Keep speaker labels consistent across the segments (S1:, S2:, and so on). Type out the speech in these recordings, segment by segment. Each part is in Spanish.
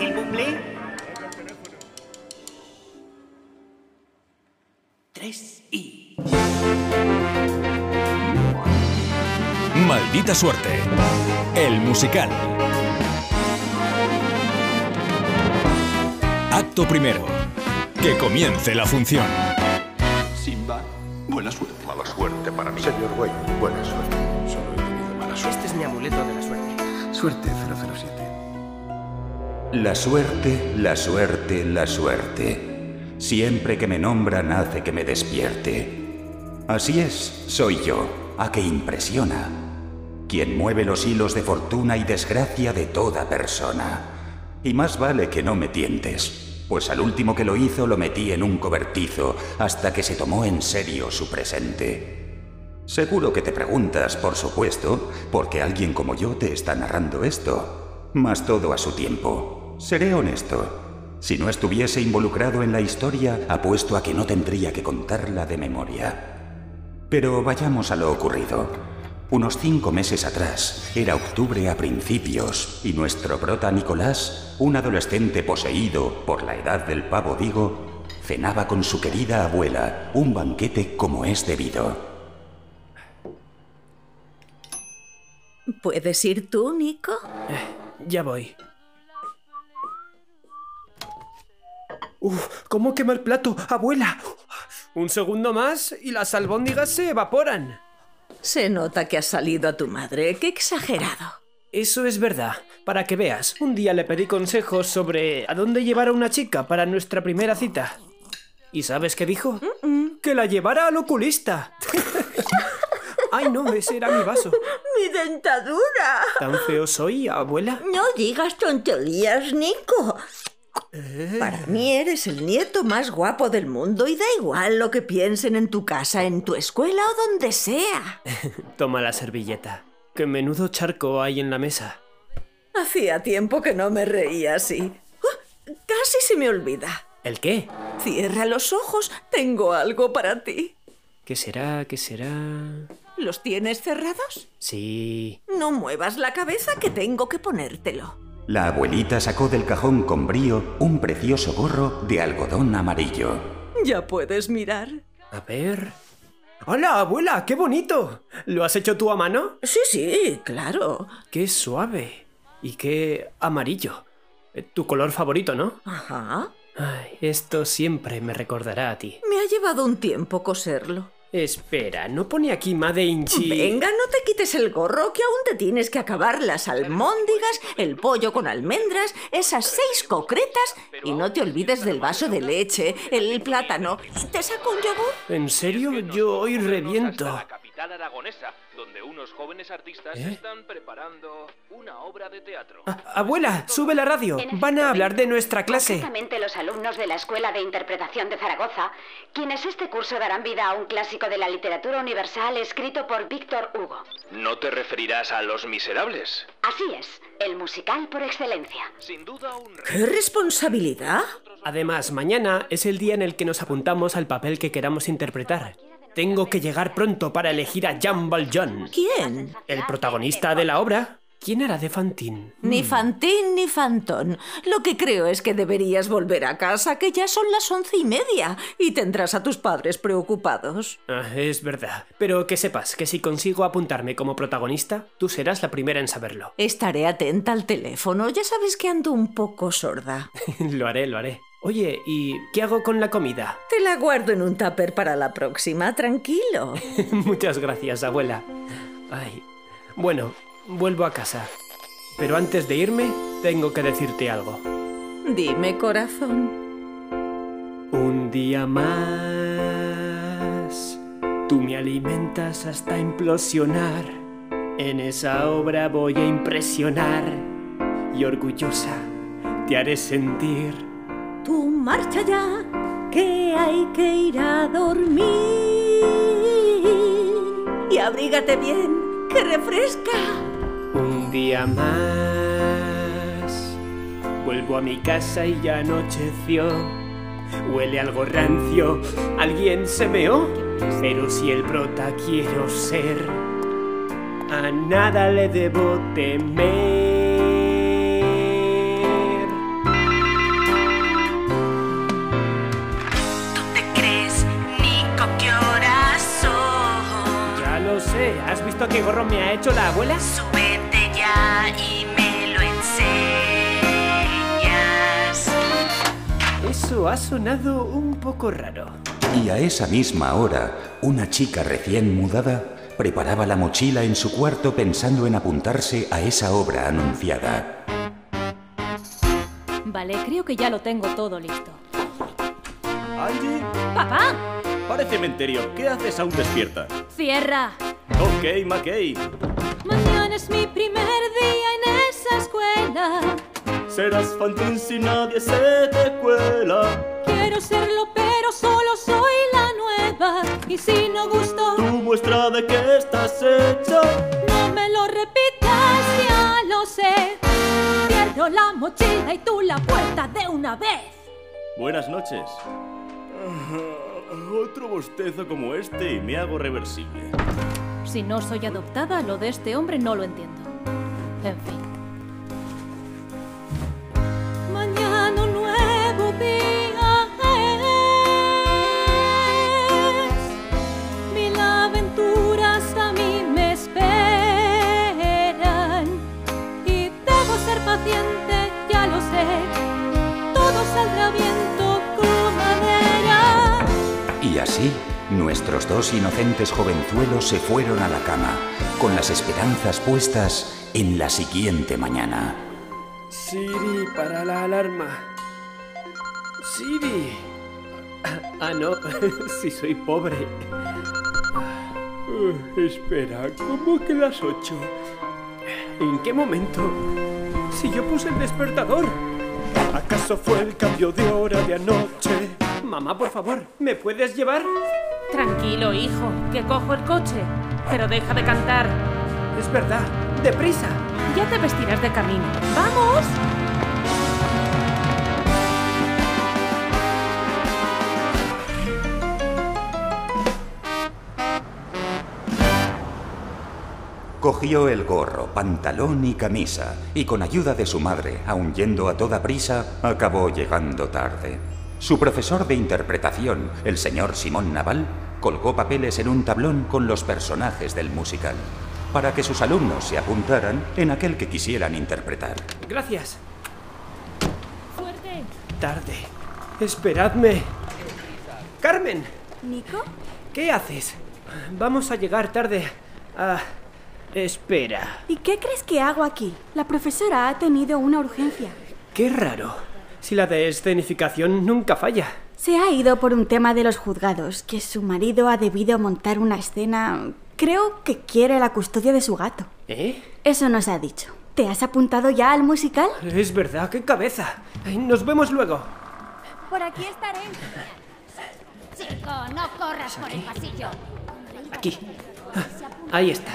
S1: el cumple? Tres y...
S2: Maldita suerte. El musical. Acto primero. Que comience la función.
S3: Simba, buena suerte.
S4: Mala suerte para mí.
S5: Señor Wayne, buena suerte.
S4: Solo he tenido mala suerte.
S1: Este es mi amuleto de la suerte.
S5: Suerte 007.
S6: La suerte, la suerte, la suerte. Siempre que me nombran hace que me despierte. Así es, soy yo, a que impresiona. Quien mueve los hilos de fortuna y desgracia de toda persona. Y más vale que no me tientes, pues al último que lo hizo lo metí en un cobertizo hasta que se tomó en serio su presente. Seguro que te preguntas, por supuesto, porque alguien como yo te está narrando esto. Mas todo a su tiempo. Seré honesto. Si no estuviese involucrado en la historia, apuesto a que no tendría que contarla de memoria. Pero vayamos a lo ocurrido. Unos cinco meses atrás, era octubre a principios, y nuestro prota Nicolás, un adolescente poseído por la edad del pavo digo, cenaba con su querida abuela un banquete como es debido.
S7: ¿Puedes ir tú, Nico?
S8: Ya voy. Uf, ¿cómo quema el plato, abuela? Un segundo más y las albóndigas se evaporan.
S7: Se nota que has salido a tu madre. Qué exagerado.
S8: Eso es verdad. Para que veas, un día le pedí consejos sobre a dónde llevar a una chica para nuestra primera cita. ¿Y sabes qué dijo? Que la llevara al oculista. Ay, no, ese era mi vaso.
S7: ¡Mi dentadura!
S8: ¿Tan feo soy, abuela?
S7: No digas tonterías, Nico. Para mí eres el nieto más guapo del mundo y da igual lo que piensen en tu casa, en tu escuela o donde sea.
S8: Toma la servilleta. Qué menudo charco hay en la mesa.
S7: Hacía tiempo que no me reía así. ¡Oh! Casi se me olvida.
S8: ¿El qué?
S7: Cierra los ojos, tengo algo para ti.
S8: ¿Qué será? ¿Qué será?
S7: ¿Los tienes cerrados?
S8: Sí.
S7: No muevas la cabeza que tengo que ponértelo.
S6: La abuelita sacó del cajón con brío un precioso gorro de algodón amarillo.
S7: Ya puedes mirar.
S8: A ver. ¡Hola, abuela! ¡Qué bonito! ¿Lo has hecho tú a mano?
S7: Sí, sí, claro.
S8: ¡Qué suave! Y qué amarillo. Eh, Tu color favorito, ¿no?
S7: Ajá.
S8: Ay, esto siempre me recordará a ti.
S7: Me ha llevado un tiempo coserlo.
S8: Espera, ¿no pone aquí Made in Chi?
S7: Venga, no te quites el gorro, que aún te tienes que acabar las almóndigas, el pollo con almendras, esas seis concretas, y no te olvides del vaso de leche, el plátano. ¿Te saco un yogur?
S8: ¿En serio? Yo hoy reviento.
S9: la capital aragonesa, donde unos jóvenes artistas
S8: ¿Eh?
S9: están preparando una obra de teatro.
S10: Ah.
S8: A- abuela, sube la radio. Van a hablar de nuestra clase.
S11: Exactamente los alumnos de la Escuela de Interpretación de Zaragoza, quienes este curso darán vida a un clásico de la literatura universal escrito por Víctor Hugo.
S9: No te referirás a Los Miserables.
S11: Así es, el musical por excelencia.
S9: Sin duda un re-
S7: ¡Qué responsabilidad!
S8: Además, mañana es el día en el que nos apuntamos al papel que queramos interpretar. Tengo que llegar pronto para elegir a Jean Valjean,
S7: ¿Quién?
S8: el protagonista de la obra. ¿Quién hará de Fantine?
S7: Ni Fantín ni Fantón. Lo que creo es que deberías volver a casa, que ya son las once y media, y tendrás a tus padres preocupados.
S8: Ah, es verdad. Pero que sepas que si consigo apuntarme como protagonista, tú serás la primera en saberlo.
S7: Estaré atenta al teléfono, ya sabes que ando un poco sorda.
S8: lo haré, lo haré. Oye, ¿y qué hago con la comida?
S7: Te la guardo en un tupper para la próxima, tranquilo.
S8: Muchas gracias, abuela. Ay. Bueno, vuelvo a casa. Pero antes de irme, tengo que decirte algo.
S7: Dime, corazón.
S8: Un día más, tú me alimentas hasta implosionar. En esa obra voy a impresionar y orgullosa te haré sentir.
S7: Tú marcha ya, que hay que ir a dormir. Y abrígate bien, que refresca.
S8: Un día más, vuelvo a mi casa y ya anocheció. Huele algo rancio, alguien se meó. Pero si el prota quiero ser, a nada le debo temer. ¿Qué gorro me ha hecho la abuela?
S12: Súbete ya y me lo enseñas.
S8: Eso ha sonado un poco raro.
S6: Y a esa misma hora, una chica recién mudada preparaba la mochila en su cuarto pensando en apuntarse a esa obra anunciada.
S13: Vale, creo que ya lo tengo todo listo.
S14: Angie,
S13: ¡Papá!
S14: parece cementerio. ¿Qué haces aún despierta?
S13: ¡Cierra!
S14: Ok, McKay.
S13: Mañana es mi primer día en esa escuela.
S14: Serás fantín si nadie se te cuela.
S13: Quiero serlo, pero solo soy la nueva. Y si no gusto,
S14: Tu muestra de que estás hecha.
S13: no me lo repitas, ya lo sé. Pierdo la mochila y tú la puerta de una vez.
S14: Buenas noches. Otro bostezo como este y me hago reversible.
S13: Si no soy adoptada, lo de este hombre no lo entiendo. En fin. Mañana un nuevo día es. Mil aventuras a mí me esperan. Y debo ser paciente, ya lo sé. Todo saldrá bien, tu manera.
S6: Y así, nuestros dos inocentes jovenzuelos se fueron a la cama, con las esperanzas puestas en la siguiente mañana.
S8: Siri, para la alarma. Siri. Ah, no, si soy pobre. Uh, espera, ¿cómo que las ocho? ¿En qué momento? Si yo puse el despertador. ¿Acaso fue el cambio de hora de anoche? Mamá, por favor, ¿me puedes llevar?
S15: Tranquilo, hijo, que cojo el coche. Pero deja de cantar.
S8: Es verdad, deprisa.
S15: Ya te vestirás de camino. ¡Vamos!
S6: Cogió el gorro, pantalón y camisa, y con ayuda de su madre, aun yendo a toda prisa, acabó llegando tarde. Su profesor de interpretación, el señor Simón Naval, colgó papeles en un tablón con los personajes del musical, para que sus alumnos se apuntaran en aquel que quisieran interpretar.
S8: Gracias.
S13: Fuerte.
S8: Tarde. Esperadme. Carmen,
S12: ¿Nico?
S8: ¿qué haces? Vamos a llegar tarde. Ah, espera.
S16: ¿Y qué crees que hago aquí? La profesora ha tenido una urgencia.
S8: Qué raro. Si la de escenificación nunca falla.
S16: Se ha ido por un tema de los juzgados, que su marido ha debido montar una escena... Creo que quiere la custodia de su gato.
S8: ¿Eh?
S16: Eso nos ha dicho. ¿Te has apuntado ya al musical?
S8: Es verdad, qué cabeza. Ay, Nos vemos luego.
S12: Por aquí estaré. Chico, no corras por el pasillo.
S8: Aquí. Ah, ahí está.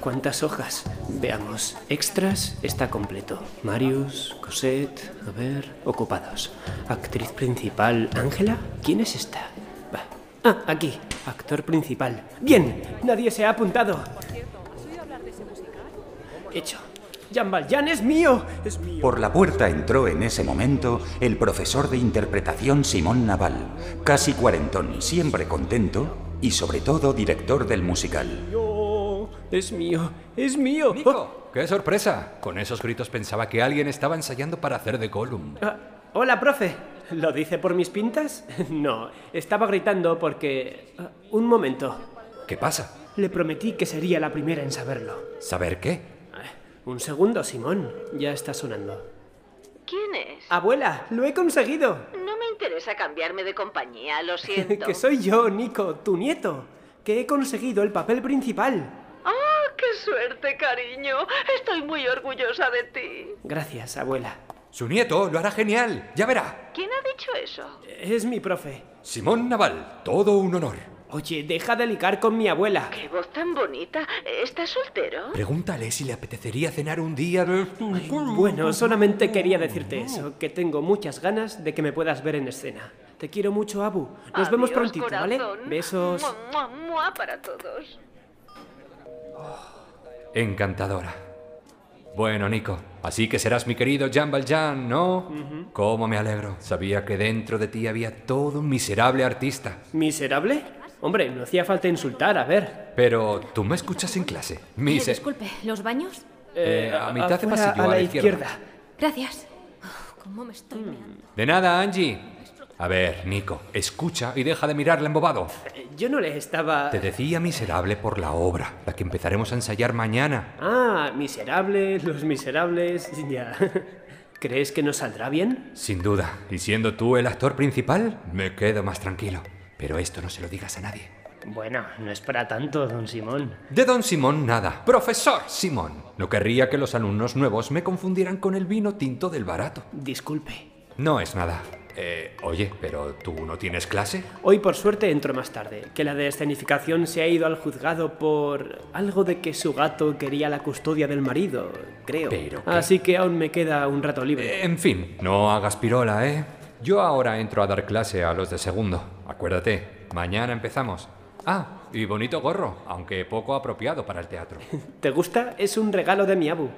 S8: ¿Cuántas hojas? Veamos. Extras está completo. Marius, Cosette, a ver, ocupados. Actriz principal, Ángela. ¿Quién es esta? Va. Ah, aquí. Actor principal. Bien, nadie se ha apuntado. Hecho. Jean Valjean es mío. Es mío.
S6: Por la puerta entró en ese momento el profesor de interpretación Simón Naval, casi cuarentón, siempre contento y sobre todo director del musical.
S8: Yo, es mío, es mío. Oh,
S10: ¡Qué sorpresa! Con esos gritos pensaba que alguien estaba ensayando para hacer de Gollum.
S8: ah, hola, profe. ¿Lo dice por mis pintas? No, estaba gritando porque... ah, un momento.
S10: ¿Qué pasa?
S8: Le prometí que sería la primera en saberlo.
S10: ¿Saber qué?
S8: Ah, Un segundo, Simón. Ya está sonando.
S11: ¿Quién es?
S8: Ah. Abuela, lo he conseguido.
S11: No me interesa cambiarme de compañía, lo siento.
S8: que soy yo, Nico, tu nieto. Que he conseguido el papel principal.
S11: ¡Ah, qué suerte, cariño! Estoy muy orgullosa de ti.
S8: Gracias, abuela.
S10: Su nieto lo hará genial, ya verá.
S11: ¿Quién ha dicho eso?
S8: Es mi profe.
S10: Simón Naval, todo un honor.
S8: Oye, deja de ligar con mi abuela.
S11: ¡Qué voz tan bonita! ¿Estás soltero?
S8: Eh,
S10: Pregúntale si le apetecería cenar un día de estos.
S8: Bueno, solamente quería decirte eso, que tengo muchas ganas de que me puedas ver en escena. Te quiero mucho, Abu. Nos vemos
S11: Adiós,
S8: prontito, ¿vale?
S11: corazón.
S8: Besos.
S11: Mua, mua, mua para todos.
S10: Encantadora. Bueno, Nico, así que serás mi querido Jean Valjean, ¿no? ¿Cómo me alegro? Sabía que dentro de ti había todo un miserable artista.
S8: ¿Miserable? Hombre, no hacía falta insultar, a ver.
S10: Pero tú me escuchas en clase. Mis...
S12: Eh, disculpe, ¿los baños?
S10: Eh, a mitad de
S8: afuera,
S10: pasillo,
S8: Ah, a
S10: a
S8: la
S10: la izquierda.
S12: Gracias. Oh, ¿Cómo me estoy meando.
S10: De nada, Angie. A ver, Nico, escucha y deja de mirarla embobado.
S8: Eh, Yo no les estaba...
S10: Te decía miserable por la obra, la que empezaremos a ensayar mañana.
S8: Ah, miserables, los miserables, ya. ¿Crees que nos saldrá bien?
S10: Sin duda. Y siendo tú el actor principal, me quedo más tranquilo. Pero esto no se lo digas a nadie.
S8: Bueno, no es para tanto, don Simón.
S10: De don Simón nada. Profesor Simón. No querría que los alumnos nuevos me confundieran con el vino tinto del barato.
S8: Disculpe.
S10: No es nada. Eh, oye, pero tú no tienes clase.
S8: Hoy por suerte entro más tarde, que la de escenificación se ha ido al juzgado por algo de que su gato quería la custodia del marido, creo.
S10: Pero qué-
S8: Así que aún me queda un rato libre.
S10: Eh, En fin, no hagas pirola, ¿eh? Yo ahora entro a dar clase a los de segundo. Acuérdate, mañana empezamos. Ah, y bonito gorro, aunque poco apropiado para el teatro.
S8: ¿Te gusta? Es un regalo de mi abu.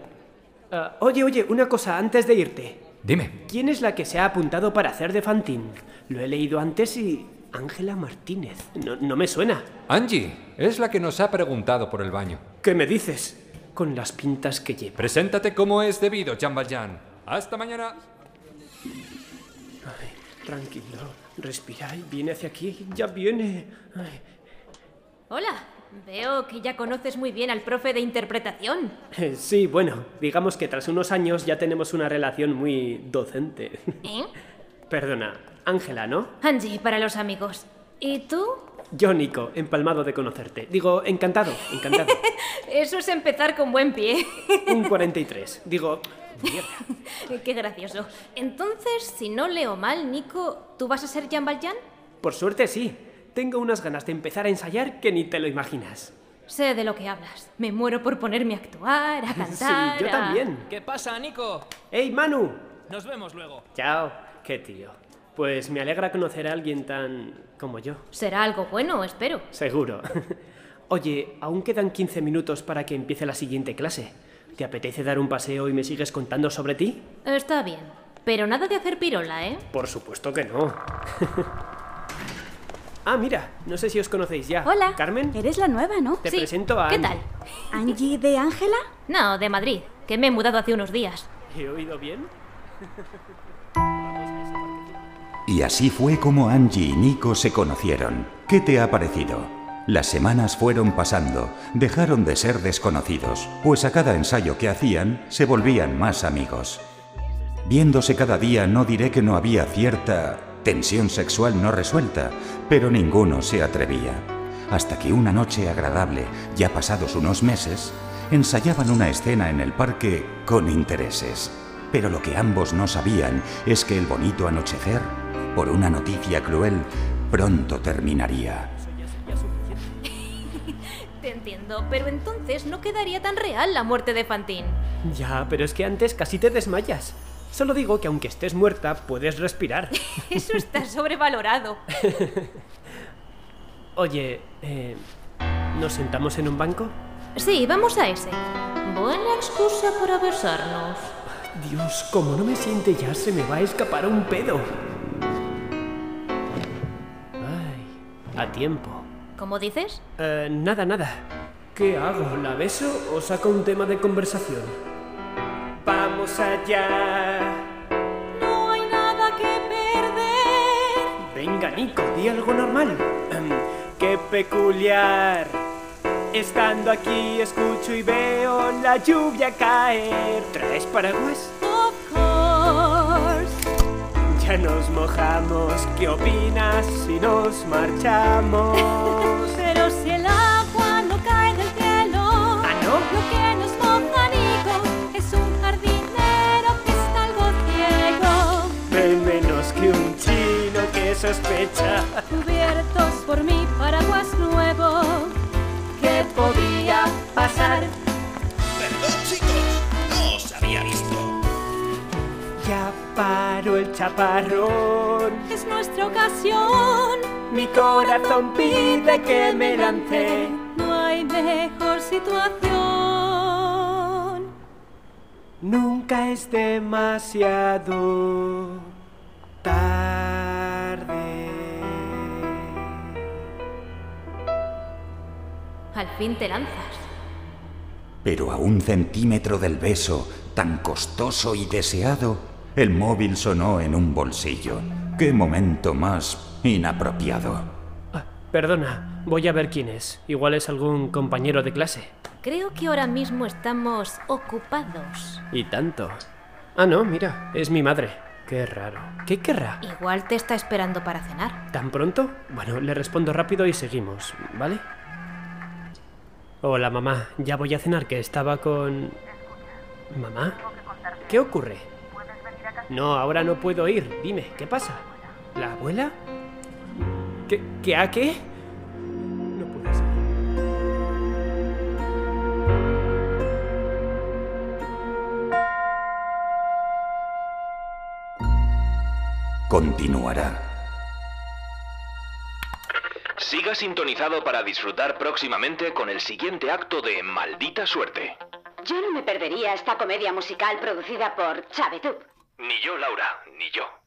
S8: Ah, oye, oye, una cosa antes de irte.
S10: Dime.
S8: ¿Quién es la que se ha apuntado para hacer de Fantín? Lo he leído antes y... Ángela Martínez. No, no me suena.
S10: Angie, es la que nos ha preguntado por el baño.
S8: ¿Qué me dices? Con las pintas que lleva.
S10: Preséntate como es debido, Jean Valjean. Hasta mañana.
S8: Ay, tranquilo, respira y viene hacia aquí, ya viene. Ay,
S12: Hola, veo que ya conoces muy bien al profe de interpretación.
S8: eh, sí, bueno, digamos que tras unos años ya tenemos una relación muy docente.
S12: ¿Eh?
S8: Perdona, Ángela, ¿no?
S12: Angie, para los amigos. ¿Y tú?
S8: Yo, Nico, empalmado de conocerte. Digo, encantado, encantado.
S12: Eso es empezar con buen pie.
S8: Un 43. Digo,
S12: Qué gracioso. Entonces, si no leo mal, Nico, ¿tú vas a ser Jean Valjean?
S8: por suerte sí. Tengo unas ganas de empezar a ensayar que ni te lo imaginas.
S12: Sé de lo que hablas. Me muero por ponerme a actuar, a
S8: Sí,
S12: cantar.
S8: yo
S12: a-
S8: también.
S17: ¿Qué pasa, Nico?
S8: ¡Ey, Manu!
S17: Nos vemos luego.
S8: Chao. Qué tío. Pues me alegra conocer a alguien tan... como yo.
S12: Será algo bueno, espero.
S8: Seguro. Oye, aún quedan 15 minutos para que empiece la siguiente clase. ¿Te apetece dar un paseo y me sigues contando sobre ti?
S12: Está bien. Pero nada de hacer pirola, ¿eh?
S8: Por supuesto que no. ah, mira, no sé si os conocéis ya.
S16: Hola.
S8: Carmen,
S16: Eres la nueva, ¿no?
S8: te presento a...
S12: Eh, ¿Qué
S8: Andy.
S12: tal?
S16: ¿Angie de Ángela?
S12: No, de Madrid, que me he mudado hace unos días.
S8: ¿He oído bien?
S6: Y así fue como Angie y Nico se conocieron. ¿Qué te ha parecido? Las semanas fueron pasando, dejaron de ser desconocidos, pues a cada ensayo que hacían se volvían más amigos. Viéndose cada día no diré que no había cierta tensión sexual no resuelta, pero ninguno se atrevía. Hasta que una noche agradable, ya pasados unos meses, ensayaban una escena en el parque con intereses. Pero lo que ambos no sabían es que el bonito anochecer, por una noticia cruel, pronto terminaría.
S12: Te entiendo, pero entonces no quedaría tan real la muerte de Fantín.
S8: Ya, pero es que antes casi te desmayas. Solo digo que aunque estés muerta, puedes respirar.
S12: Eso está sobrevalorado.
S8: Oye, eh, ¿nos sentamos en un banco?
S12: Sí, vamos a ese. Buena excusa para besarnos.
S8: Dios, como no me siente ya, se me va a escapar un pedo. Ay, a tiempo.
S12: ¿Cómo dices?
S8: Eh, nada, nada. ¿Qué hago? ¿La beso o saco un tema de conversación? Vamos allá.
S13: No hay nada que perder.
S8: Venga, Nico, di algo normal. Em, Qué peculiar. Estando aquí escucho y veo la lluvia caer. ¿Traes paraguas?
S13: Of course.
S8: Ya nos mojamos. ¿Qué opinas si nos marchamos?
S13: Pero si el agua no cae del cielo,
S8: Ah,
S13: lo que nos monta Nico es un jardinero que está algo ciego.
S8: Ven menos que un chino que sospecha.
S13: Cubiertos por mi paraguas nuevo, ¿qué podía pasar?
S1: Perdón, chicos, no os había visto.
S8: Ya paró el chaparrón.
S13: Es nuestra ocasión,
S8: Mi corazón pide que me lance.
S13: no hay mejor situación.
S8: Nunca es demasiado tarde.
S12: Al fin te lanzas.
S6: Pero a un centímetro del beso, tan costoso y deseado, el móvil sonó en un bolsillo. ¡Qué momento más inapropiado!
S8: Ah, Perdona, voy a ver quién es. Igual es algún compañero de clase.
S12: Creo que ahora mismo estamos ocupados.
S8: Y tanto. Ah, no, mira, es mi madre. Qué raro. ¿Qué querrá?
S12: Igual te está esperando para cenar.
S8: ¿Tan pronto? Bueno, le respondo rápido y seguimos, ¿vale? Hola, mamá. Ya voy a cenar, que estaba con... ¿Mamá? ¿Qué ocurre? No, ahora no puedo ir. Dime, ¿qué pasa? ¿La abuela? ¿Qué, qué a qué? No puede ser.
S6: Continuará.
S9: Siga sintonizado para disfrutar próximamente con el siguiente acto de Maldita Suerte.
S11: Yo no me perdería esta comedia musical producida por Chavetub.
S9: Ni yo, Laura, ni yo.